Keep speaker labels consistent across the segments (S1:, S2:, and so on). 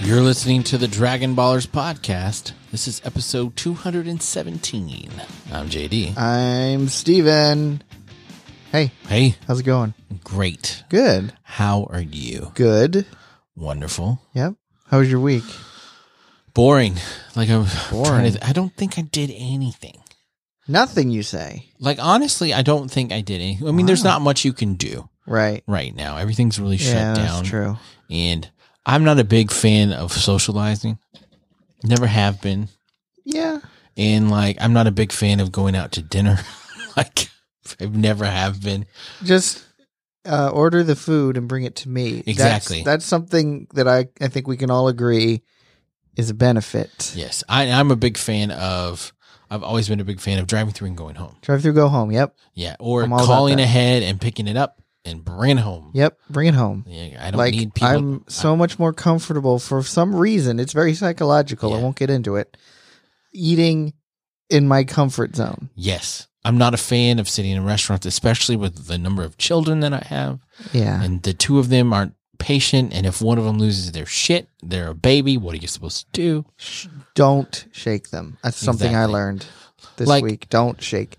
S1: You're listening to the Dragon Ballers podcast. This is episode 217. I'm JD.
S2: I'm Steven. Hey,
S1: Hey,
S2: how's it going?
S1: great.
S2: Good.
S1: How are you?
S2: Good.
S1: Wonderful.
S2: Yep. How was your week?
S1: Boring. Like I'm trying
S2: Boring.
S1: to. I don't think I did anything.
S2: Nothing you say.
S1: Like honestly, I don't think I did anything. I mean, there's
S2: Wow.
S1: not much you can do
S2: Right.
S1: right now. Everything's really
S2: yeah,
S1: shut down.
S2: that's true.
S1: And I'm not a big fan of socializing. Never have been.
S2: Yeah.
S1: And like I'm not a big fan of going out to dinner. like I've never have been.
S2: Just uh, order the food and bring it to me. That's-
S1: Exactly.
S2: That's, something that I, I think we can all agree is a benefit.
S1: Yes, I, I'm a big fan of. I've always been a big fan of driving through and going home.
S2: Drive through, go home. Yep.
S1: Yeah, or
S2: I'm all about
S1: calling
S2: that.
S1: ahead and picking it up and bringing it home.
S2: Yep. Bring it home.
S1: Yeah, I don't
S2: Like
S1: need people.
S2: I'm so much more comfortable for some reason. It's very psychological. I
S1: Yeah.
S2: won't get into it. Eating in my comfort zone.
S1: yes, I'm not a fan of sitting in restaurants, especially with the number of children that I have,
S2: Yeah.
S1: and the two of them aren't patient. And if one of them loses their shit, they're a baby. What are you supposed to do?
S2: don't shake them. That's something I
S1: Exactly.
S2: learned this
S1: Like-
S2: week. Don't shake.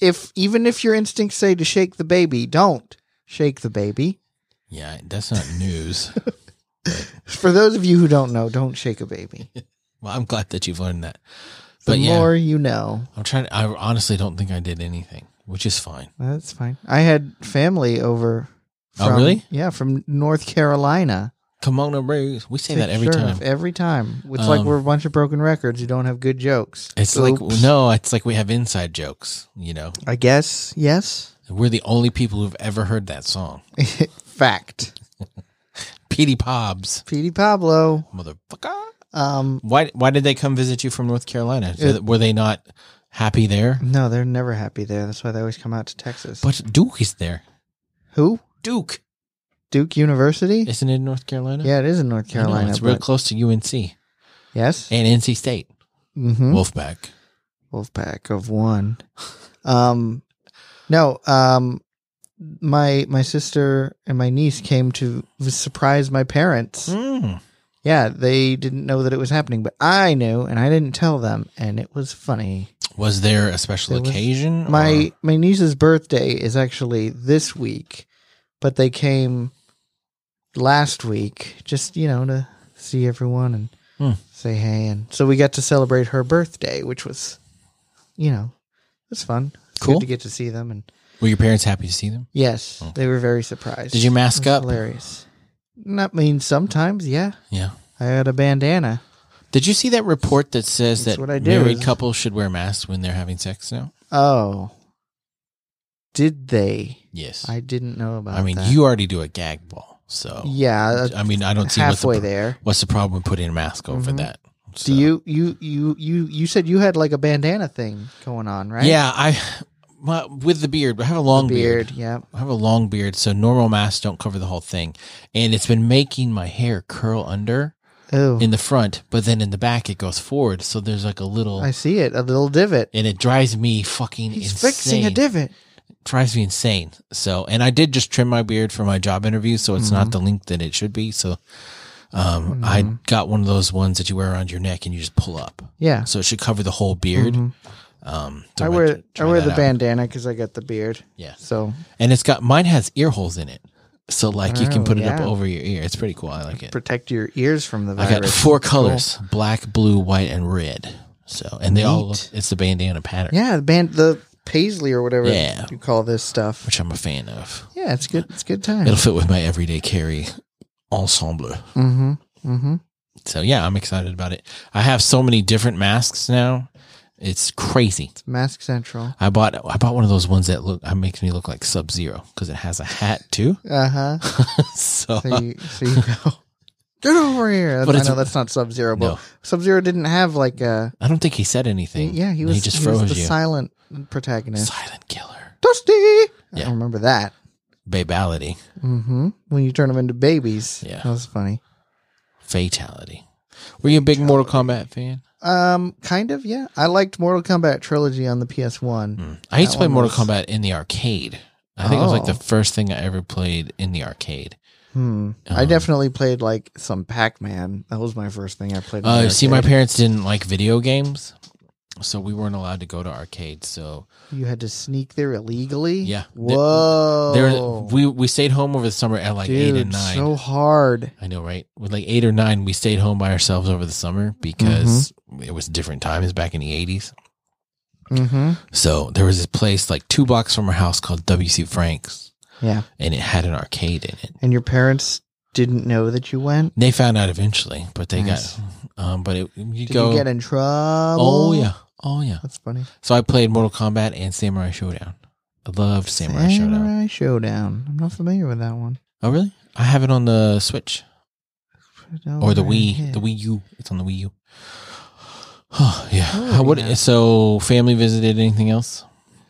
S2: If even if your instincts say to shake the baby, don't shake the baby.
S1: Yeah, that's not news.
S2: For those of you who don't know, don't shake a baby. The
S1: well, I'm glad that you've learned that. But yeah,
S2: more you know,
S1: I'm trying. I honestly don't think I did anything, which is fine.
S2: that's fine. I had family over.
S1: Oh,
S2: From,
S1: really?
S2: Yeah, from North Carolina.
S1: Kimono brews. We say that every
S2: Sure
S1: time.
S2: enough, Every time. It's like
S1: Um,
S2: we're a bunch of broken records who don't have good jokes.
S1: It's like
S2: Oops.
S1: no, it's like we have inside jokes. You know,
S2: I guess yes.
S1: we're the only people who've ever heard that song.
S2: Fact.
S1: Petey Pobs,
S2: Petey Pablo.
S1: motherfucker.
S2: Um,
S1: Why? Why did they come visit you from North Carolina? So that- Were they not happy there?
S2: No, they're never happy there. That's why they always come out to Texas.
S1: But Duke is there.
S2: Who?
S1: Duke
S2: Duke University?
S1: isn't it in North Carolina?
S2: Yeah, it is in North
S1: I know,
S2: Carolina.
S1: it's real
S2: but-
S1: close to UNC and
S2: Yes.
S1: NC State.
S2: hmm
S1: Wolfpack.
S2: Wolfpack of one. Um, no. Um, my my sister and my niece came to surprise my parents.
S1: Mm.
S2: Yeah, they didn't know that it was happening, but I knew, and I didn't tell them, and it was funny.
S1: Was there a special
S2: There was-
S1: occasion?
S2: My my niece's birthday is actually this week, but they came last week just you know to see everyone and
S1: Hmm.
S2: say hey, and so we got to celebrate her birthday, which was you know it was fun. It's
S1: Cool.
S2: good to get to see them, and
S1: or were your parents happy to see them?
S2: yes,
S1: Hmm.
S2: they were very surprised.
S1: Did you mask
S2: It was
S1: up?
S2: Hilarious. Not mean sometimes, yeah.
S1: Yeah.
S2: I had a bandana.
S1: Did you see that report that says
S2: That's
S1: that
S2: what I do
S1: married
S2: is-
S1: couples should wear masks when they're having sex now?
S2: Oh, did they?
S1: Yes.
S2: I didn't know about.
S1: I mean,
S2: that.
S1: you already do a gag ball, so
S2: yeah, uh,
S1: I mean, I don't see what's the,
S2: halfway
S1: pro-
S2: there.
S1: what's the problem with putting a mask over
S2: Mhm.
S1: that. So-
S2: Do you you you you you said you had like a bandana thing going on, right?
S1: Yeah, I my, with the beard. I have a long beard.
S2: beard. Yeah,
S1: I have a long beard, so normal masks don't cover the whole thing, and it's been making my hair curl under
S2: oh,
S1: in the front, but then in the back it goes forward. So there's like a little,
S2: I see it. A little divot.
S1: and it drives me fucking
S2: He's
S1: insane.
S2: fixing a divot.
S1: drives me insane. So, and I did just trim my beard for my job interview, so it's
S2: Mm-hmm.
S1: not the length that it should be. So, um, I got one of those ones that you wear around your neck and you just pull up,
S2: Yeah,
S1: so it should cover the whole beard. Um, so
S2: Mm-hmm. I
S1: I'm gonna
S2: wear I
S1: try
S2: wear
S1: that
S2: the
S1: out.
S2: bandana because I got the beard.
S1: Yeah.
S2: So
S1: and it's got mine has ear holes in it, so like you can
S2: Oh,
S1: put it up
S2: yeah.
S1: over your ear. It's pretty cool. I like it.
S2: protect your ears from the
S1: I
S2: virus.
S1: got four colors: black, blue, white, and red. So, and they all
S2: Neat.
S1: it's the bandana pattern,
S2: Yeah, the band the paisley or whatever
S1: Yeah.
S2: you call this stuff.
S1: which I'm a fan of.
S2: Yeah, it's good. It's good time.
S1: It'll fit with my everyday carry ensemble.
S2: Mm-hmm. Mm-hmm.
S1: So yeah, I'm excited about it. I have so many different masks now. It's crazy.
S2: It's Mask Central.
S1: I bought I bought one of those ones that look uh, makes me look like Sub Zero because it has a hat too.
S2: Uh huh.
S1: so
S2: So you, so you go. Get over here.
S1: But
S2: I
S1: it's-
S2: know that's not Sub Zero, but
S1: No.
S2: Sub Zero didn't have like a
S1: I don't think he said anything.
S2: Yeah, he was.
S1: He just
S2: was
S1: froze
S2: the
S1: you.
S2: silent protagonist.
S1: Silent killer,
S2: Dusty.
S1: Yeah.
S2: I remember that.
S1: babality,
S2: hmm When you turn them into babies.
S1: Yeah.
S2: that was funny.
S1: fatality. Were you a big Mortal Kombat fan?
S2: Um, kind of. Yeah, I liked Mortal Kombat trilogy on the PS One.
S1: Mm. I used to
S2: Hmm. That
S1: play
S2: one
S1: Mortal
S2: was-
S1: Kombat in the arcade. I think it was like
S2: Oh.
S1: the first thing I ever played in the arcade.
S2: Hmm. I
S1: Um,
S2: definitely played like some Pac Man. That was my first thing I played. in
S1: Uh,
S2: the
S1: see, my
S2: arcade.
S1: parents didn't like video games, so we weren't allowed to go to arcades. So
S2: You had to sneak there illegally.
S1: Yeah.
S2: Whoa.
S1: there, we we stayed home over the summer at like eight and nine.
S2: Oh. So hard.
S1: I know, right? With like eight or nine, we stayed home by ourselves over the summer because it was different times back in the eighties.
S2: Mm-hmm.
S1: So there was this place like two blocks from our house called WC Frank's,
S2: Yeah.
S1: and it had an arcade in it.
S2: And your parents didn't know that you went.
S1: They found out eventually, but they
S2: Nice.
S1: got. Um, but it, you
S2: Did
S1: go.
S2: you get in trouble?
S1: oh yeah, oh yeah.
S2: That's funny.
S1: So I played Mortal Kombat and Samurai Showdown. I loved Samurai, Showdown.
S2: Samurai Showdown. I'm not familiar with that one.
S1: Oh really? I have it on the Switch or the Wii,
S2: Overhead.
S1: the Wii U. It's on the Wii U. Oh yeah.
S2: Oh,
S1: How- what?
S2: yeah.
S1: So family visited. Anything else?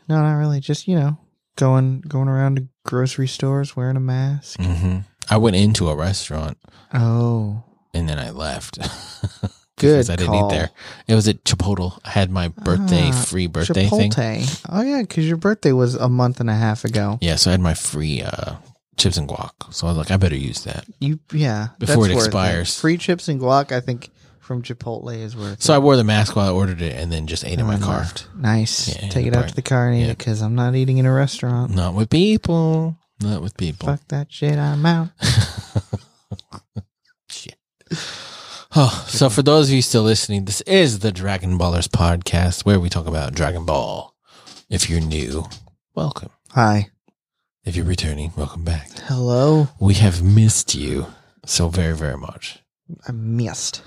S2: No, not really. Just you know, going going around to grocery stores wearing a mask.
S1: hmm I went into a restaurant
S2: Oh,
S1: and then I left.
S2: good.
S1: Because I didn't
S2: call.
S1: eat there. It was at Chipotle. I had my birthday
S2: Ah,
S1: free birthday thing.
S2: Chipotle. Oh yeah, because your birthday was a month and a half ago.
S1: Yeah, so I had my free uh, chips and guac. So I was like, I better use that.
S2: You yeah.
S1: Before it
S2: worth
S1: expires.
S2: free chips and guac. I think from Chipotle is worth.
S1: So I
S2: it.
S1: wore the mask while I ordered it, and then just ate in
S2: And
S1: my
S2: then
S1: car.
S2: Oh, left. Nice.
S1: Yeah,
S2: Take
S1: in
S2: it
S1: the
S2: out to the car and eat
S1: Yeah.
S2: it because I'm not eating in a restaurant.
S1: Not with people. Not with people.
S2: Fuck that shit. I'm out.
S1: Shit. Oh, so for those of you still listening, this is the Dragon Ballers podcast where we talk about Dragon Ball. If you're new, welcome.
S2: Hi.
S1: If you're returning, welcome back.
S2: Hello.
S1: We have missed you so very, very much.
S2: I missed.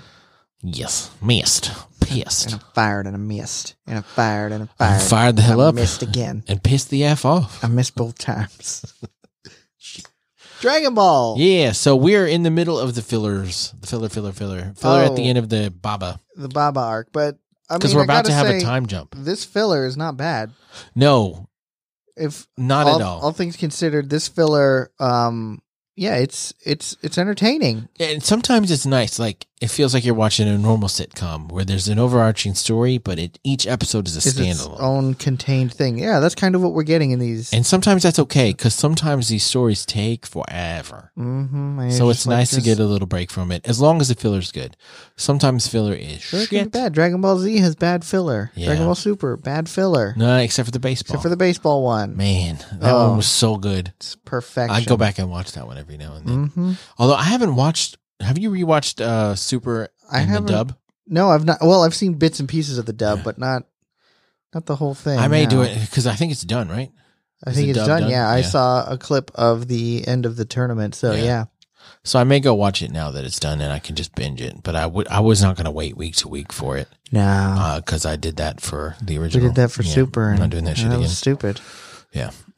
S1: Yes, missed,
S2: And
S1: pissed,
S2: I'm fired and I missed. And I'm fired and I'm
S1: I
S2: fired.
S1: fired the hell
S2: I
S1: up,
S2: missed again.
S1: and pissed the f off.
S2: I missed both times. Dragon Ball.
S1: Yeah, so we're in the middle of the fillers, the filler, filler, filler, filler at the
S2: Oh.
S1: end of the Baba
S2: The Baba arc. But I
S1: because
S2: mean,
S1: we're
S2: I
S1: about to have
S2: gotta say,
S1: a time jump.
S2: This filler is not bad.
S1: No,
S2: If
S1: not
S2: all,
S1: at all.
S2: all things considered, this filler, um, yeah, it's it's it's entertaining.
S1: and sometimes it's nice. Like it feels like you're watching a normal sitcom where there's an overarching story, but it, each episode is a
S2: It's its
S1: standalone.
S2: own contained thing. Yeah, that's kind of what we're getting in these.
S1: And sometimes that's okay because sometimes these stories take forever.
S2: mm-hmm,
S1: So it's nice to get a little break from it, as long as the filler's good. Sometimes filler is
S2: Sure, it can be
S1: shit.
S2: bad. Dragon Ball Z has bad filler.
S1: Yeah.
S2: Dragon Ball Super bad filler,
S1: No, except for the baseball.
S2: except for the baseball one.
S1: man, that
S2: Oh.
S1: one was so good.
S2: It's perfection.
S1: I go back and watch that one every now and then.
S2: hmm
S1: Although I haven't watched. Have you rewatched uh, Super
S2: I
S1: and the
S2: haven't.
S1: dub?
S2: No, I've not. Well, I've seen bits and pieces of the dub,
S1: Yeah.
S2: but not not the whole thing.
S1: I may
S2: no.
S1: do it because I think it's done, right?
S2: I
S1: Is
S2: think
S1: the
S2: it's
S1: dub
S2: done.
S1: done?
S2: Yeah, I
S1: Yeah.
S2: saw a clip of the end of the tournament. So
S1: Yeah.
S2: yeah,
S1: So I may go watch it now that it's done, and I can just binge it. But I would. I was not going to wait week to week for it
S2: no,
S1: because I did that for the
S2: Oh. we
S1: original.
S2: did that for
S1: Yeah,
S2: Super.
S1: I'm not
S2: and-
S1: doing that
S2: and
S1: shit again.
S2: Was stupid.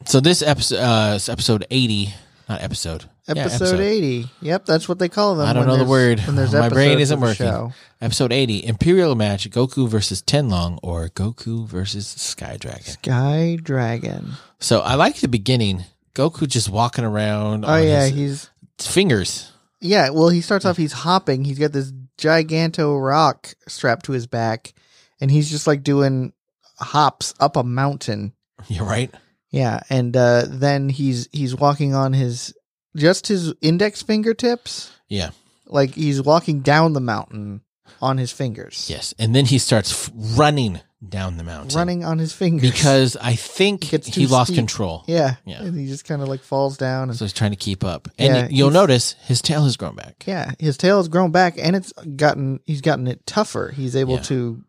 S1: So this episode, uh, it's episode eighty, not episode. Yeah,
S2: Episode eighty. Yep, that's what they call them.
S1: I don't
S2: when
S1: know the
S2: there's-
S1: word.
S2: When there's
S1: My brain
S2: episodes
S1: isn't
S2: of the
S1: working.
S2: show.
S1: Episode eighty, Imperial match: Goku versus Tenlong or Goku versus Sky Dragon.
S2: Sky Dragon.
S1: So I like the beginning. Goku just walking around.
S2: Oh
S1: on
S2: yeah,
S1: his
S2: he's
S1: fingers.
S2: Yeah, well, he starts off, he's hopping. He's got this giganto rock strapped to his back, and he's just like doing hops up a mountain.
S1: You're right.
S2: Yeah, and uh, then he's he's walking on his just his index fingertips.
S1: Yeah.
S2: Like he's walking down the mountain on his fingers.
S1: Yes, and then he starts f- running down the mountain,
S2: running on his fingers
S1: because I think
S2: It gets
S1: he
S2: too
S1: lost
S2: steep.
S1: control.
S2: yeah,
S1: Yeah.
S2: and he just kind of like falls down and
S1: So he's trying to keep up, and
S2: Yeah,
S1: you'll
S2: he's-
S1: notice his tail has grown back.
S2: Yeah, his tail has grown back, and it's gotten he's gotten it tougher. He's able
S1: Yeah.
S2: to,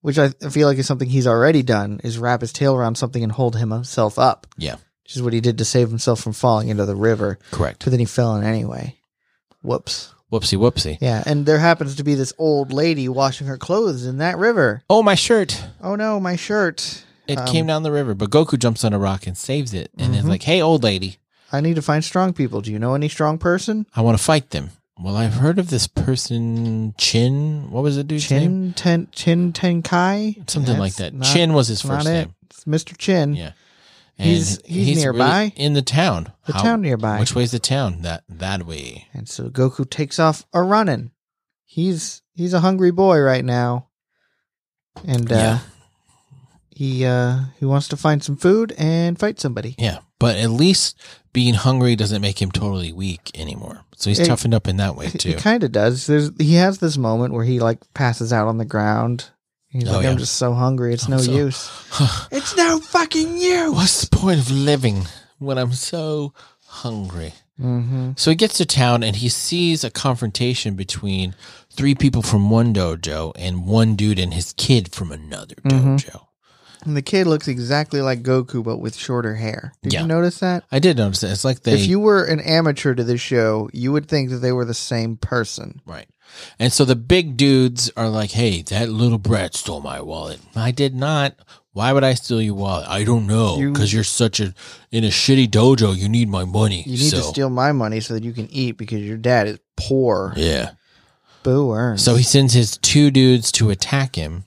S2: which I I feel like is something he's already done, is wrap his tail around something and hold himself up.
S1: Yeah.
S2: which is what he did to save himself from falling into the river.
S1: Correct.
S2: But then he fell in anyway. Whoops.
S1: Whoopsie, whoopsie.
S2: Yeah, and there happens to be this old lady washing her clothes in that river.
S1: Oh, my shirt!
S2: Oh no, my shirt!
S1: It
S2: Um,
S1: came down the river, but Goku jumps on a rock and saves it, and is
S2: Mhm.
S1: like, "Hey, old lady,
S2: I need to find strong people. Do you know any strong person?
S1: I want to fight them." Well, I've heard of this person, Chin. What was the dude's name?
S2: Chin Ten Chin Ten Kai,
S1: Something like
S2: That's
S1: that.
S2: not-
S1: Chin was his
S2: that's not
S1: first
S2: it.
S1: name.
S2: It's Mr. Chin.
S1: Yeah.
S2: He's- he's nearby?
S1: in the town.
S2: The
S1: How-
S2: town nearby.
S1: Which way's the town? That that way.
S2: And so Goku takes off a running. He's he's a hungry boy right now. And uh
S1: Yeah.
S2: he uh he wants to find some food and fight somebody.
S1: Yeah, But at least being hungry doesn't make him totally weak anymore. So he's
S2: It-
S1: toughened up in that way
S2: He
S1: too.
S2: kind of does. There's he has this moment where he like passes out on the ground. He's
S1: Oh,
S2: like, I'm
S1: yeah.
S2: just so hungry. It's no
S1: so-
S2: use. It's no fucking use.
S1: What's the point of living when I'm so hungry?
S2: Mm-hmm.
S1: So he gets to town and he sees a confrontation between three people from one dojo and one dude and his kid from another
S2: Mhm.
S1: dojo.
S2: And the kid looks exactly like Goku, but with shorter hair. Did
S1: Yeah.
S2: you notice that?
S1: I did notice that. It's like they
S2: If you were an amateur to this show, you would think that they were the same person.
S1: Right. And so the big dudes are like, hey, that little brat stole my wallet. I did not. Why would I steal your wallet? I don't know.
S2: You-
S1: Because you- are such a, in a shitty dojo, you need my money.
S2: You need
S1: so,
S2: to steal my money so that you can eat because your dad is poor.
S1: Yeah.
S2: Boo earns.
S1: So he sends his two dudes to attack him,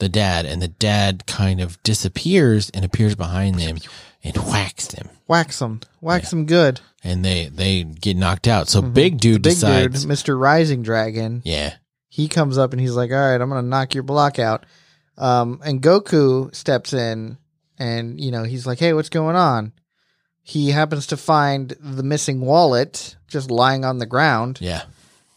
S1: the dad, and the dad kind of disappears and appears behind them and whacks them.
S2: whacks him, whacks him good.
S1: And they, they get knocked out. So
S2: Mhm.
S1: Mm-hmm. big dude
S2: Big
S1: decides,
S2: dude, Mr. Rising Dragon.
S1: yeah,
S2: he comes up and he's like, "All right, I'm gonna knock your block out." Um, and Goku steps in, and you know he's like, "Hey, what's going on?" He happens to find the missing wallet just lying on the ground,
S1: yeah,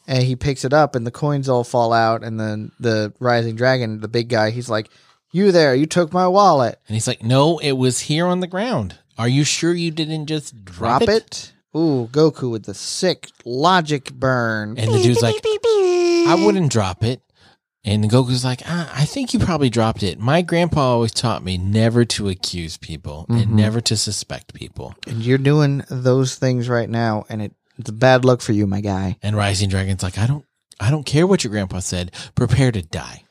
S2: and he picks it up, and the coins all fall out, and then the Rising Dragon, the big guy, he's like, "You there? You took my wallet.
S1: and he's like, "No, it was here on the ground. Are you sure you didn't just
S2: Drop
S1: drop,
S2: it." Ooh, Goku with the sick logic burn.
S1: And the dude's like, I wouldn't drop it. And Goku's like, ah, I think you probably dropped it. My grandpa always taught me never to accuse people
S2: Mhm.
S1: and never to suspect people.
S2: and you're doing those things right now, and it, it's a bad look for you, my guy.
S1: And Rising Dragon's like, I don't, I don't care what your grandpa said. Prepare to die.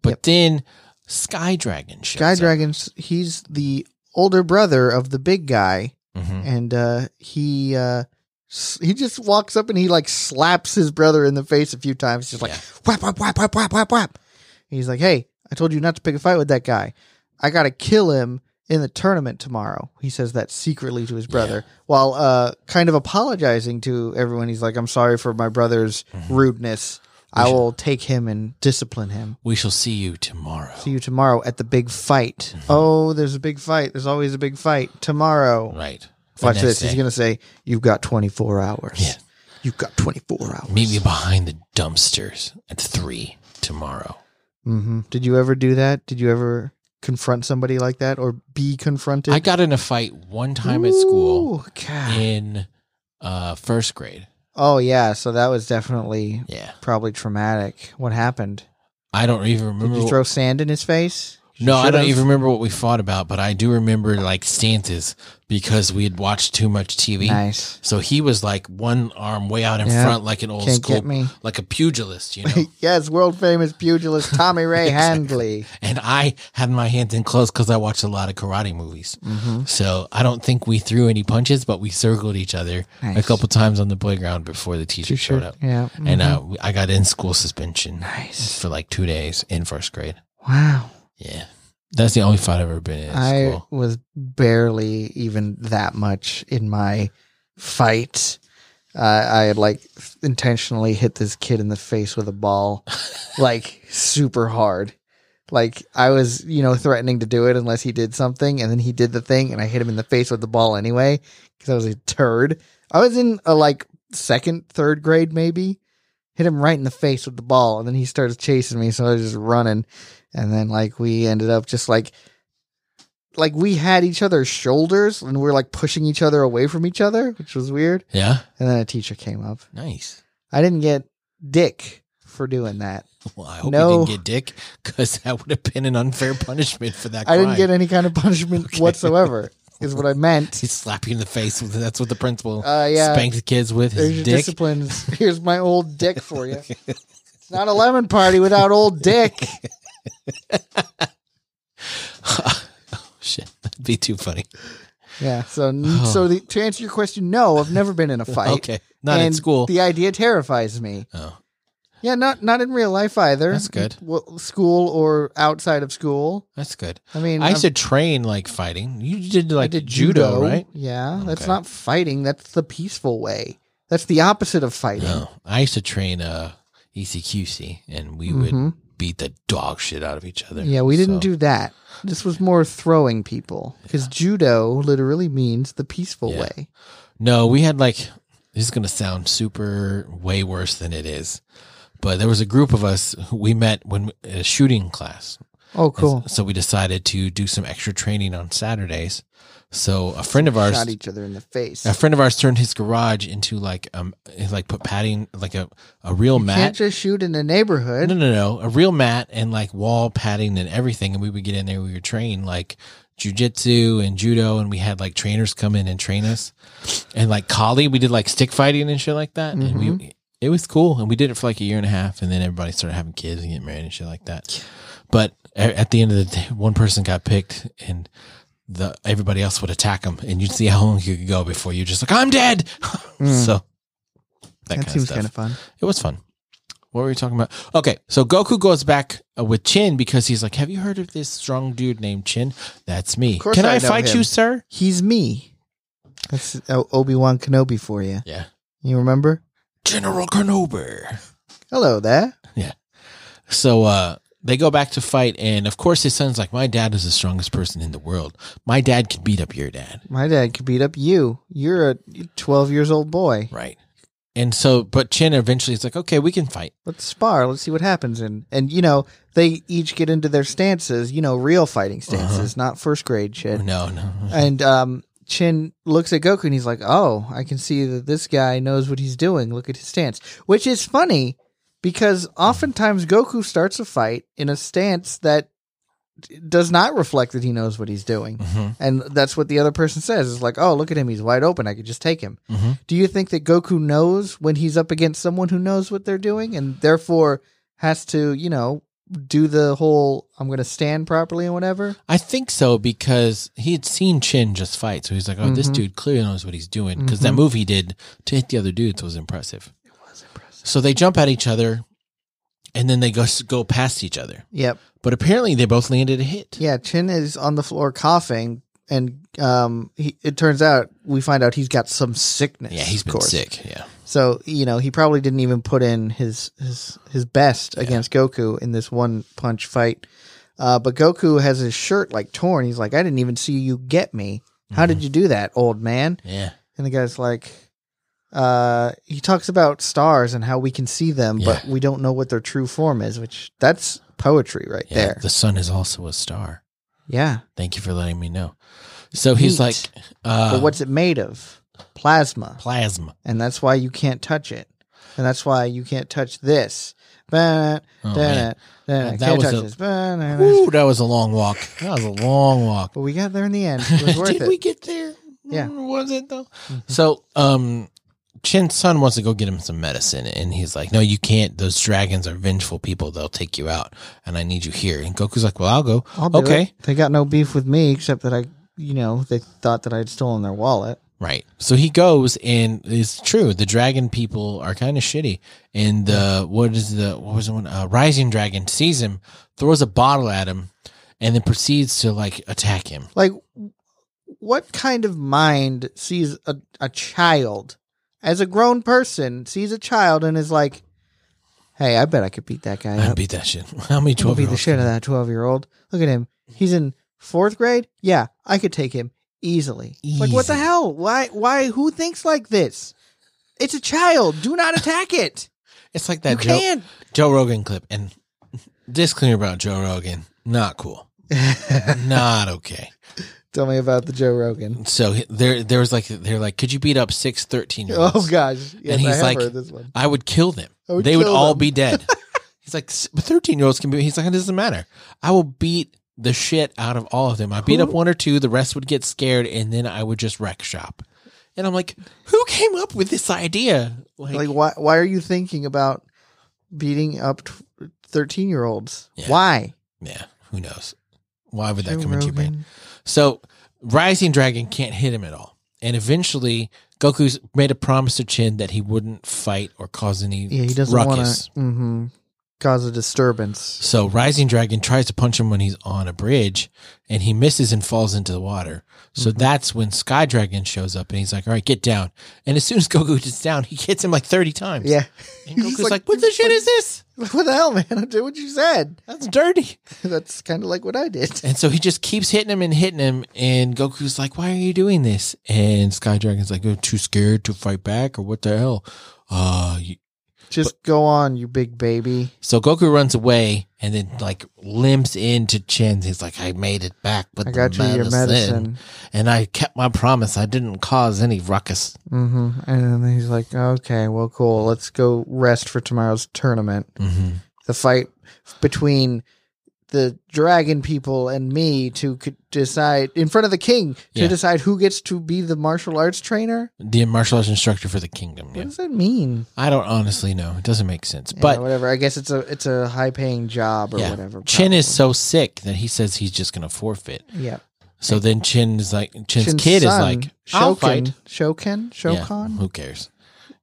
S1: But
S2: Yep.
S1: then Sky Dragon shows
S2: Sky Dragon's he's the older brother of the big guy,
S1: hmm
S2: and uh, he uh, s- he just walks up and he like slaps his brother in the face a few times, just like
S1: Yeah.
S2: whap whap whap whap whap whap whap. He's like, "Hey, I told you not to pick a fight with that guy. I gotta kill him in the tournament tomorrow." He says that secretly to his brother, while uh, kind of apologizing to everyone. He's like, "I'm sorry for my brother's
S1: Mm-hmm.
S2: rudeness. I
S1: should-
S2: will take him and discipline him."
S1: We shall see you tomorrow.
S2: See you tomorrow at the big fight.
S1: Mm-hmm.
S2: Oh, there's a big fight. There's always a big fight tomorrow.
S1: right. The
S2: Watch
S1: next
S2: this. He's
S1: day,
S2: going to say, You've got 24 hours.
S1: Yeah.
S2: You've got 24 hours.
S1: meet me behind the dumpsters at three tomorrow.
S2: hmm Did you ever do that? Did you ever confront somebody like that or be confronted?
S1: I got in a fight one time at school.
S2: Ooh, God.
S1: in uh first grade.
S2: Oh, yeah. So that was definitely
S1: Yeah.
S2: probably traumatic. What happened?
S1: I don't even
S2: Did
S1: remember.
S2: you
S1: what-
S2: throw sand in his face?
S1: no, I don't
S2: Should've.
S1: even remember what we fought about, but I do remember like stances because we had watched too much TV.
S2: Nice.
S1: So he was like one arm way out in
S2: Yeah.
S1: front, like an old
S2: Can't
S1: school,
S2: get me.
S1: like a pugilist, you know.
S2: yes, world famous pugilist Tommy Ray Handley.
S1: and I had my hands in close because I watched a lot of karate movies.
S2: Mm-hmm.
S1: So I don't think we threw any punches, but we circled each other a
S2: Nice.
S1: couple times on the playground before the teacher showed up.
S2: Yeah.
S1: And
S2: mhm.
S1: uh, we- I got in school suspension
S2: Nice.
S1: for like two days in first grade.
S2: Wow.
S1: Yeah. That's the only fight I've ever been in.
S2: I
S1: school.
S2: was barely even that much in my fight. Uh, I had like intentionally hit this kid in the face with a ball, like super hard. Like I was, you know, threatening to do it unless he did something, and then he did the thing, and I hit him in the face with the ball anyway because I was a turd. I was in a like second, third grade maybe. Hit him right in the face with the ball, and then he started chasing me, so I was just running, and then like we ended up just like like we had each other's shoulders and we were like pushing each other away from each other, which was weird.
S1: Yeah.
S2: And then a teacher came up.
S1: Nice.
S2: I didn't get dick for doing that.
S1: Well, I hope
S2: No.
S1: you didn't get dick because that would have been an unfair punishment for that
S2: I
S1: crime.
S2: didn't get any kind of punishment
S1: Okay.
S2: whatsoever, is what I meant.
S1: He slapped you in the face. That's what the principal
S2: Uh, yeah.
S1: spanked the kids with
S2: There's
S1: his
S2: your
S1: dick.
S2: disciplines. Here's my old dick for you. It's not a lemon party without old dick.
S1: Oh, Shit. That'd be too funny.
S2: Yeah. So, so the, to answer your question, no, I've never been in a fight.
S1: Oh. Okay. Not in
S2: And
S1: school.
S2: The idea terrifies me.
S1: oh,
S2: Yeah, not not in real life either.
S1: That's good.
S2: Well, school or outside of school.
S1: that's good.
S2: I mean, uh,
S1: I
S2: I'm-
S1: used to train like fighting. You did like
S2: did
S1: judo, right?
S2: Yeah, that's
S1: Okay.
S2: not fighting. That's the peaceful way. That's the opposite of fighting.
S1: E No. I used to train uh, ECQC and we would
S2: Mhm.
S1: beat the dog shit out of each other.
S2: Yeah, we didn't
S1: So-
S2: do that. This was more throwing people because judo literally means the peaceful
S1: Yeah.
S2: way.
S1: No, we had like this is going to sound super way worse than it is, but there was a group of us who we met when in a shooting class.
S2: Oh, cool.
S1: So we decided to do some extra training on Saturdays. So a friend of ours
S2: Shot each other in the face.
S1: a friend of ours turned his garage into like um like put padding like a a real
S2: Can't
S1: mat.
S2: just shoot in the neighborhood.
S1: No, no, no, a real mat and like wall padding and everything. And we would get in there. We would train like jujitsu and judo, and we had like trainers come in and train us. And like Kali, we did like stick fighting and shit like that. And we it was cool, and we did it for like a year and a half, and then everybody started having kids and getting married and shit like that. But a- at the end of the day, one person got picked, and the everybody else would attack him, and you'd see how long you could go before you're just like, I'm dead. so that,
S2: that
S1: kind of
S2: seems
S1: stuff.
S2: kind of fun.
S1: It was fun. What were we talking about? Okay, so Goku goes back uh, with Chin because he's like, "Have you heard of this strong dude named Chin? That's me.
S2: course
S1: Can I,
S2: I know
S1: fight
S2: him."
S1: you, sir?"
S2: He's me. That's Obi Wan Kenobi for you.
S1: Yeah,
S2: You remember?
S1: General Kenobi.
S2: Hello there.
S1: So uh, they go back to fight, and of course, his son's like, "My dad is the strongest person in the world. My dad can beat up your dad,
S2: My dad could beat up you. You're a 12 years old boy.
S1: right?" And so, but Chin eventually is like, "Okay, we can fight."
S2: Let's spar. Let's see what happens. And and you know they each get into their stances. You know, real fighting stances, not first grade shit.
S1: No, no,
S2: And um, Chin looks at Goku and he's like, "Oh, I can see that this guy knows what he's doing. Look at his stance." Which is funny because oftentimes Goku starts a fight in a stance that does not reflect that he knows what he's doing.
S1: Mhm.
S2: And that's what the other person says. It's like, "Oh, look at him. He's wide open. I could just take him."
S1: Mhm.
S2: Do you think that Goku knows when he's up against someone who knows what they're doing and therefore has to, you know, do the whole I'm going to stand properly and whatever?
S1: I think so because he had seen Chin just fight, so he's like, "Oh, this
S2: Mhm.
S1: dude clearly knows what he's doing." Because that move he did to hit the other dudes was impressive.
S2: Mm-hmm. It was impressive.
S1: So they jump at each other, and then they go go past each other.
S2: Yep.
S1: But apparently, they both landed a hit.
S2: Yeah, Chin is on the floor coughing, and um, he, it turns out we find out he's got some sickness.
S1: yeah, he's
S2: of
S1: been
S2: course.
S1: sick. Yeah,
S2: So you know he probably didn't even put in his his his best against Goku in this one punch fight. Uh, but Goku has his shirt like torn. He's like, I didn't even see you get me. How
S1: Mm-hmm.
S2: did you do that, old man?
S1: yeah,
S2: And the guy's like, uh, he talks about stars and how we can see them, but we don't know what their true form is, which that's poetry right
S1: yeah.
S2: there.
S1: The sun is also a star.
S2: yeah.
S1: Thank you for letting me know. So he's
S2: Neat.
S1: like, uh,
S2: but what's it made of? Plasma.
S1: plasma?"
S2: And that's why you can't touch it. And that's why you can't touch this. Bah,
S1: Oh,
S2: da,
S1: man.
S2: da, da,
S1: That
S2: can't
S1: was
S2: touch
S1: a-
S2: this. Bah, da, da.
S1: Woo, that was a long walk. That was a long walk.
S2: But we got there in the end. It was worth
S1: Did
S2: it.
S1: we get there?
S2: Yeah.
S1: Mm, Was it though? So, um, Chin's son wants to go get him some medicine, and he's like, "No, you can't. Those dragons are vengeful people. They'll take you out, and I need you here." And Goku's like, "Well, I'll go.
S2: I'll do
S1: okay,
S2: it. They got no beef with me except that I, you know, they thought that I'd stolen their wallet.
S1: right." So he goes, and it's true. The dragon people are kind of shitty. And the what is the what was the one? Uh, Rising dragon sees him, throws a bottle at him, and then proceeds to like attack him.
S2: Like, what kind of mind sees a, a child as a grown person, sees a child and is like, hey, I bet I could beat that guy
S1: I
S2: up.
S1: beat that shit. How many
S2: I'll
S1: twelve?
S2: beat the shit out of that 12 year old. Look at him. He's in fourth grade. Yeah, I could take him easily. Like, what the
S1: Easy.
S2: hell? Why? Why? Who thinks like this? It's a child. Do not attack it.
S1: It's like
S2: you
S1: that. joke.
S2: can't.
S1: Joe Rogan clip and disclaimer about Joe Rogan. Not cool. Not okay.
S2: Tell me about the Joe Rogan.
S1: So he- there, there was like, they're like, could you beat up six 13 year olds?
S2: Oh gosh, yes,
S1: he's
S2: I have
S1: like-
S2: heard this one.
S1: I would kill them.
S2: I would
S1: they would
S2: kill
S1: all
S2: them."
S1: be dead. he's like, "S- but 13 year olds can be, he's like, it doesn't matter. I will beat the shit out of all of them. I beat up one or two, the rest would get scared, and then I would just wreck shop. And I'm like, who came up with this idea?
S2: Like, why? Why are you thinking about beating up thirteen year olds?
S1: Yeah.
S2: Why?
S1: yeah, who knows? Why would that
S2: Joe
S1: come into your brain?
S2: Rogan.
S1: So Rising Dragon can't hit him at all. And eventually Goku's made a promise to Chin that he wouldn't fight or cause any
S2: Yeah, he doesn't want
S1: ruckus.
S2: to. hmm cause a disturbance.
S1: So Rising Dragon tries to punch him when he's on a bridge and he misses and falls into the water. So that's when Sky Dragon shows up and he's like, All right, get down. And as soon as Goku gets down, he hits him like 30 times.
S2: Yeah.
S1: And Goku's
S2: He's
S1: like,
S2: like-
S1: What the shit is this?
S2: What the hell, man? I did what you said.
S1: That's dirty.
S2: That's kind of like what I did.
S1: And so he just keeps hitting him and hitting him. And Goku's like, Why are you doing this? And Sky Dragon's like, You're too scared to fight back or what the hell? Uh, you-
S2: Just go on, you big baby.
S1: so Goku runs away and then like limps into Chin. He's like, I made it back with
S2: I got
S1: the
S2: you your
S1: medicine.
S2: medicine.
S1: and I kept my promise. I didn't cause any ruckus.
S2: hmm And then he's like, okay, well, cool. Let's go rest for tomorrow's tournament.
S1: Mm-hmm.
S2: The fight between the dragon people and me to c- decide in front of the king to
S1: Yeah.
S2: decide who gets to be the martial arts trainer.
S1: The martial arts instructor for the kingdom.
S2: What
S1: Yeah.
S2: does that mean?
S1: I don't honestly know. It doesn't make sense.
S2: Yeah,
S1: But
S2: whatever. I guess it's a it's a high paying job or
S1: Yeah.
S2: whatever.
S1: Chin is so sick that he says he's just going to forfeit.
S2: probably. yeah.
S1: So then Chin is like, Chin's,
S2: Shin's
S1: kid is
S2: son,
S1: like, I'll
S2: Shoken-
S1: fight.
S2: Shoken
S1: Yeah,
S2: Shokan.
S1: who cares?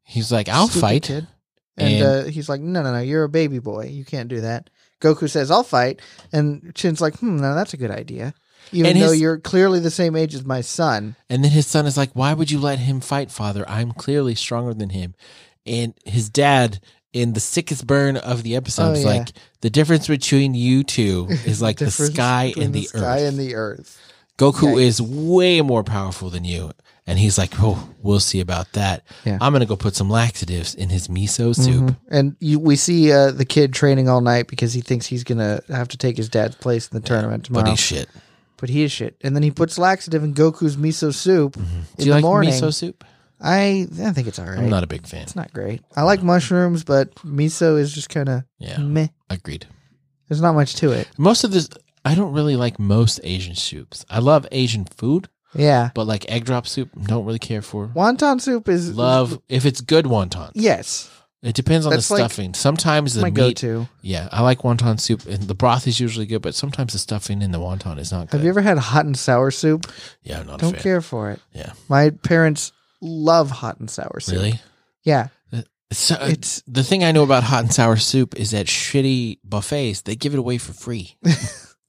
S1: He's like, I'll
S2: Stupid
S1: fight.
S2: kid. And,
S1: And-
S2: uh, he's like, no, no, no, you're a baby boy. You can't do that. Goku says, I'll fight. And Chin's like, hmm, now that's a good idea. Even
S1: And
S2: though
S1: his-
S2: you're clearly the same age as my son.
S1: And then his son is like, Why would you let him fight, father? I'm clearly stronger than him. And his dad, in the sickest burn of the episode,
S2: Oh,
S1: is
S2: yeah.
S1: like, The difference between you two is like the
S2: difference
S1: sky
S2: between
S1: and the, earth.
S2: sky and the earth.
S1: Goku
S2: Yikes.
S1: is way more powerful than you. And he's like, oh, we'll see about that.
S2: Yeah.
S1: I'm going to go put some laxatives in his miso soup.
S2: Mhm. And you, we see uh, the kid training all night because he thinks he's going to have to take his dad's place in the tournament tomorrow.
S1: But he's shit.
S2: But he is shit. And then he puts laxative in Goku's miso soup in
S1: Mm-hmm. Do
S2: the
S1: you like
S2: morning.
S1: miso soup?
S2: I, I think it's all
S1: I'm
S2: right.
S1: not a big fan.
S2: it's not great. I like mushrooms, but miso is just kind of
S1: Yeah,
S2: meh.
S1: agreed.
S2: There's not much to it.
S1: Most of this, I don't really like most Asian soups. I love Asian food,
S2: Yeah.
S1: but like egg drop soup, don't really care for.
S2: Wonton soup is
S1: Love if it's good wonton.
S2: Yes,
S1: It depends on the
S2: That's like
S1: stuffing. Sometimes the
S2: my
S1: meat.
S2: go-to.
S1: Yeah, I like wonton soup, and the broth is usually good, but sometimes the stuffing in the wonton is not good.
S2: Have you ever had hot and sour soup?
S1: yeah, I'm not a
S2: Don't
S1: fan.
S2: care for it.
S1: Yeah.
S2: My parents love hot and sour soup.
S1: Really?
S2: Yeah.
S1: So, uh,
S2: It's
S1: the thing I know about hot and sour soup is that shitty buffets they give it away for free.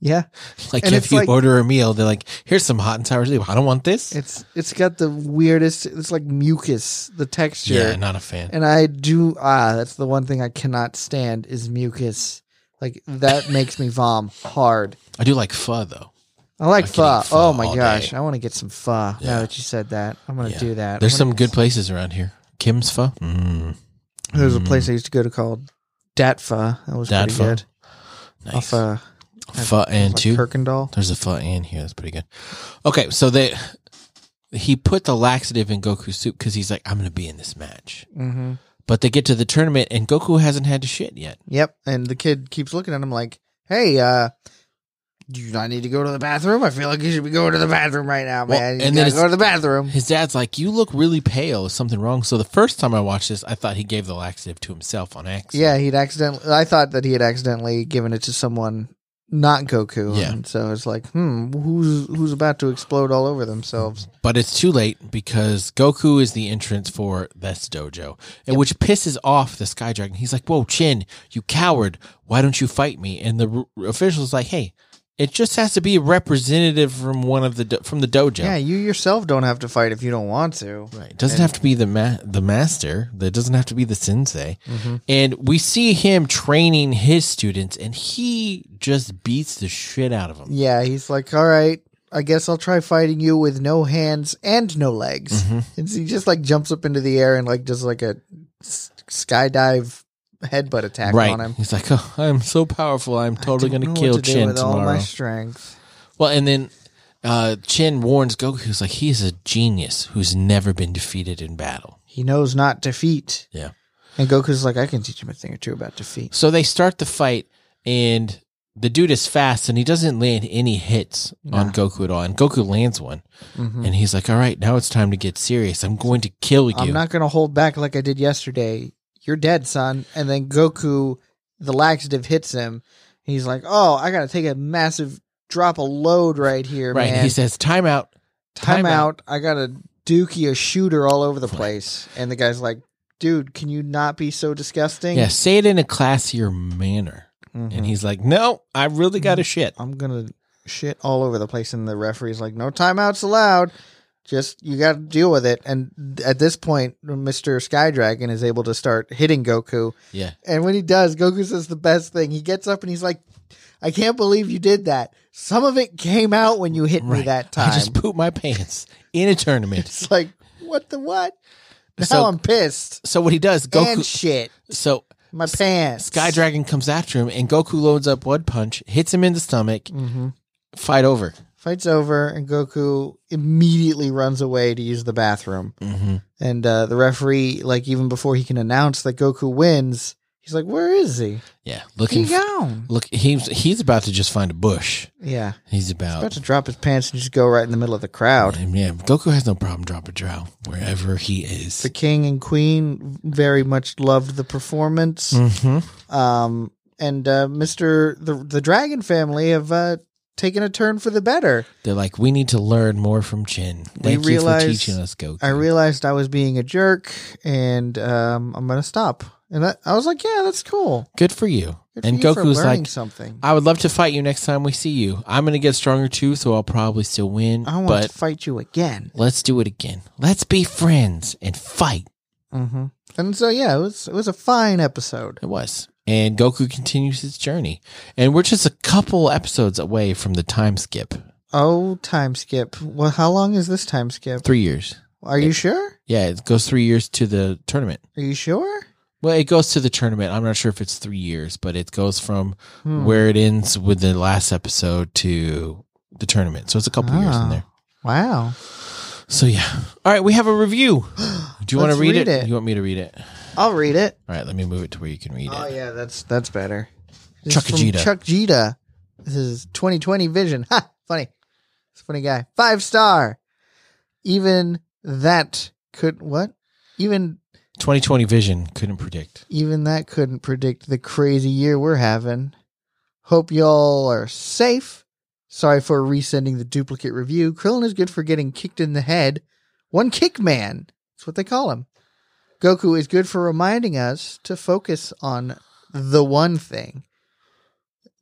S2: yeah.
S1: Like
S2: And
S1: if
S2: it's
S1: you
S2: like-
S1: order a meal, they're like, "Here's some hot and sour soup. I don't want this."
S2: It's it's got the weirdest. It's like mucus, the texture.
S1: Yeah, not a fan.
S2: And I do ah, that's the one thing I cannot stand is mucus. Like that makes me vom hard.
S1: I do like pho though.
S2: I like
S1: I could
S2: pho.
S1: eat pho
S2: Oh my
S1: all
S2: gosh,
S1: day. I
S2: I want to get some pho.
S1: Yeah.
S2: Now that you said that, I'm gonna
S1: Yeah.
S2: do that.
S1: There's
S2: I'm
S1: some
S2: gonna-
S1: good places around here. Kim's pho. Mm,
S2: There's a place I used to go to called Dat Pho. That was
S1: Dat
S2: pretty
S1: Pho.
S2: good.
S1: Mm, nice.
S2: Off uh,
S1: Pho and
S2: like
S1: two.
S2: Kirkendall.
S1: There's a pho and here. That's pretty good. Okay, so they he put the laxative in Goku's soup because he's like, "I'm gonna be in this match."
S2: hmm
S1: But they get to the tournament and Goku hasn't had to shit yet.
S2: Yep. And the kid keeps looking at him like, "Hey, uh, do you not need to go to the bathroom? I feel like you should be going to the bathroom right now,
S1: Well,
S2: man.
S1: and
S2: you
S1: then
S2: gotta
S1: it's-
S2: go to the bathroom."
S1: His dad's like, "You look really pale. Is something wrong?" So the first time I watched this, I thought he gave the laxative to himself on accident.
S2: Yeah, he'd accidentally. I thought that he had accidentally given it to someone not Goku.
S1: Yeah.
S2: And so it's like, hmm, who's who's about to explode all over themselves?
S1: But it's too late because Goku is the entrance for this dojo, and which pisses off the Sky Dragon. He's like, "Whoa, Chin, you coward! Why don't you fight me?" And the r- official's like, "Hey, it just has to be a representative from one of the do- from the dojo.
S2: Yeah. you yourself don't have to fight if you don't want to.
S1: Right. It doesn't have to be the ma- the master. That doesn't have to be the sensei.
S2: Mm-hmm.
S1: And we see him training his students, and he just beats the shit out of them.
S2: Yeah, he's like, all right, I guess I'll try fighting you with no hands and no legs.
S1: Mm-hmm.
S2: And so he just like jumps up into the air and like does like a s- skydive headbutt attack
S1: right.
S2: on him.
S1: He's like, oh, I'm so powerful. I'm totally
S2: Don't
S1: going to
S2: know what
S1: kill
S2: do
S1: Chin
S2: with
S1: tomorrow.
S2: All my strength.
S1: well, and then uh, Chin warns Goku. He's like, he is a genius who's never been defeated in battle.
S2: He knows not defeat.
S1: Yeah.
S2: And Goku's like, I can teach him a thing or two about defeat.
S1: So they start the fight, and the dude is fast, and he doesn't land any hits on Goku at all. And Goku lands one,
S2: Mhm.
S1: and he's like, "All right, now it's time to get serious. I'm going to kill you."
S2: I'm not going to hold back like I did yesterday. You're dead, son. And then Goku, the laxative, hits him. He's like, oh, I got to take a massive drop of load right here,
S1: right?
S2: man.
S1: He says, "Time out."
S2: time
S1: Timeout.
S2: out. I got a dookie, a shooter all over the place. And the guy's like, dude, can you not be so disgusting?
S1: Yeah, say it in a classier manner.
S2: Mhm.
S1: And he's like, no, I really
S2: Mm-hmm.
S1: got to shit.
S2: I'm gonna shit all over the place, and the referee's like, "No timeouts allowed. Just you got to deal with it." And at this point, Mister Sky Dragon is able to start hitting Goku,
S1: Yeah.
S2: and when he does, Goku says the best thing. He gets up and he's like, "I can't believe you did that. Some of it came out when you hit me
S1: Right.
S2: that time."
S1: I just pooped my pants in a tournament.
S2: it's like, what the what? Now
S1: So-
S2: I'm pissed
S1: so what he does, Goku.
S2: and shit.
S1: so
S2: My pants.
S1: Sky Dragon comes after him, and Goku loads up one punch, hits him in the stomach. Fight over.
S2: Fight's over, and Goku immediately runs away to use the bathroom.
S1: Mm-hmm.
S2: And uh, the referee, like even before he can announce that Goku wins, he's like, "Where is he?
S1: Yeah,
S2: He
S1: looking. f-
S2: gone?
S1: look, he's he's about to just find a bush.
S2: Yeah,
S1: He's
S2: he's
S1: about.
S2: about to drop his pants and just go right in the middle of the crowd."
S1: And Oh. yeah, Goku has no problem dropping Drow wherever he is.
S2: The king and queen very much loved the performance.
S1: Mm-hmm.
S2: Um, and uh, Mister the the dragon family have uh, taken a turn for the better.
S1: They're like, we need to learn more from Chin. Thank you for
S2: realize-
S1: teaching us, Goku.
S2: I realized I was being a jerk, and um, I'm gonna stop. And that, I was like, "Yeah, that's cool."
S1: Good for you.
S2: Good for
S1: and
S2: you for
S1: Goku's
S2: learning
S1: like,
S2: something.
S1: I would love to fight you next time we see you. I'm going to get stronger too, so I'll probably still win.
S2: I want
S1: "Um, but
S2: to fight you again.
S1: let's do it again. Let's be friends and fight.
S2: Mm-hmm. And so yeah, it was it was a fine episode.
S1: It was. And Goku continues his journey. And we're just a couple episodes away from the time skip.
S2: Oh, time skip. Well, how long is this time skip?
S1: Three years.
S2: Are you sure?
S1: Yeah, it goes three years to the tournament.
S2: Are you sure?
S1: Well, it goes to the tournament. I'm not sure if it's three years, but it goes from
S2: Hmm.
S1: where it ends with the last episode to the tournament. So it's a couple years in
S2: Ah.
S1: there.
S2: Wow.
S1: So yeah. All right, we have a review. Do you want to
S2: Let's
S1: read, it?
S2: read it.
S1: You want me to read it?
S2: I'll read it.
S1: All right, let me move it to where you can read
S2: Oh
S1: it.
S2: yeah, that's that's better. This
S1: Chuck
S2: is from
S1: Jita.
S2: Chuck Jita. This is 2020 vision. Ha! Funny. It's a funny guy. Five star. Even that could what? Even
S1: 2020 vision couldn't predict.
S2: even that couldn't predict the crazy year we're having. Hope y'all are safe. Sorry for resending the duplicate review. Krillin is good for getting kicked in the head. One kick man. That's what they call him. Goku is good for reminding us to focus on the one thing.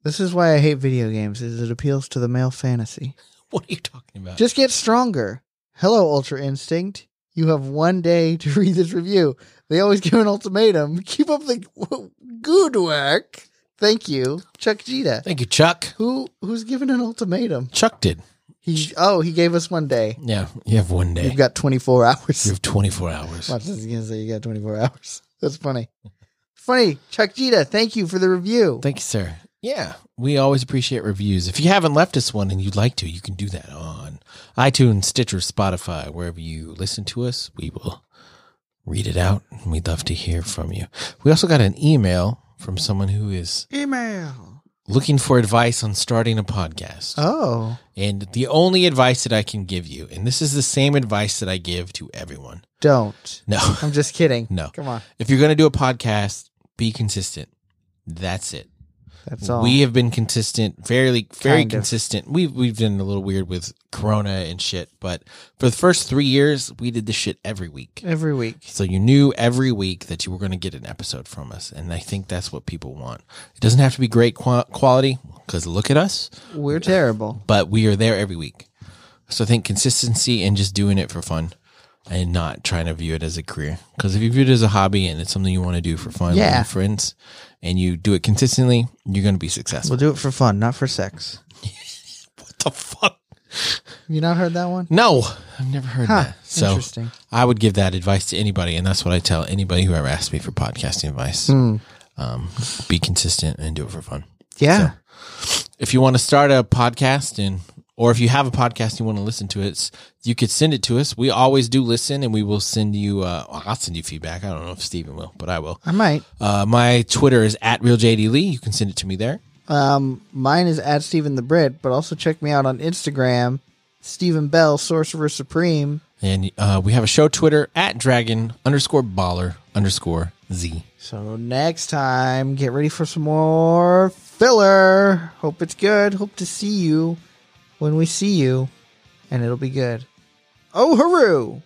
S2: This is why I hate video games, is it appeals to the male fantasy.
S1: What are you talking about?
S2: Just get stronger. Hello, Ultra Instinct. You have one day to read this review. They always give an ultimatum. Keep up the good work. Thank you, Chuck Jita.
S1: Thank you, Chuck.
S2: Who who's given an ultimatum?
S1: Chuck did.
S2: He oh he gave us one day.
S1: Yeah, you have one day.
S2: You've got twenty four
S1: You
S2: hours.
S1: have 24 hours.
S2: Watch this again. Say you got twenty four hours. That's funny. Funny, Chuck Jita. Thank you for the review.
S1: Thank you, sir. Yeah, we always appreciate reviews. If you haven't left us one and you'd like to, you can do that on iTunes, Stitcher, Spotify, wherever you listen to us. We will read it out and we'd love to hear from you. We also got an email from someone who is
S2: Email.
S1: looking for advice on starting a podcast.
S2: Oh,
S1: And the only advice that I can give you, and this is the same advice that I give to everyone.
S2: don't.
S1: No.
S2: I'm just kidding.
S1: No.
S2: Come on.
S1: If you're going to do a podcast, be consistent. That's it.
S2: That's all.
S1: We have been consistent, fairly, very
S2: Kind of.
S1: consistent. We've we've been a little weird with Corona and shit, but for the first three years, we did this shit every week.
S2: every week.
S1: So you knew every week that you were going to get an episode from us, and I think that's what people want. It doesn't have to be great qua quality because look at us,
S2: We're terrible.
S1: but we are there every week. So I think consistency and just doing it for fun. And not trying to view it as a career, because if you view it as a hobby and it's something you want to do for fun,
S2: Yeah.
S1: with friends, and you do it consistently, you're going to be successful.
S2: We'll do it for fun, not for sex.
S1: What the fuck?
S2: You not heard that one?
S1: No, I've never heard
S2: Huh,
S1: that. So
S2: interesting.
S1: I would give that advice to anybody, and that's what I tell anybody who ever asks me for podcasting advice.
S2: Hmm.
S1: Um, be consistent and do it for fun.
S2: Yeah.
S1: If you want to start a podcast and or if you have a podcast and you want to listen to it, s- you could send it to us. We always do listen, and we will send you. Uh, I'll send you feedback. I don't know if Steven will, but I will.
S2: I might.
S1: Uh, my Twitter is at realjdlee. You can send it to me there.
S2: Um, mine is at Stephen the Brit, but also check me out on Instagram, Stephen Bell, Sorcerer Supreme.
S1: And uh, we have a show Twitter at dragon underscore baller underscore z.
S2: So next time, get ready for some more filler. Hope it's good. Hope to see you when we see you, and it'll be good. Oh, hooroo!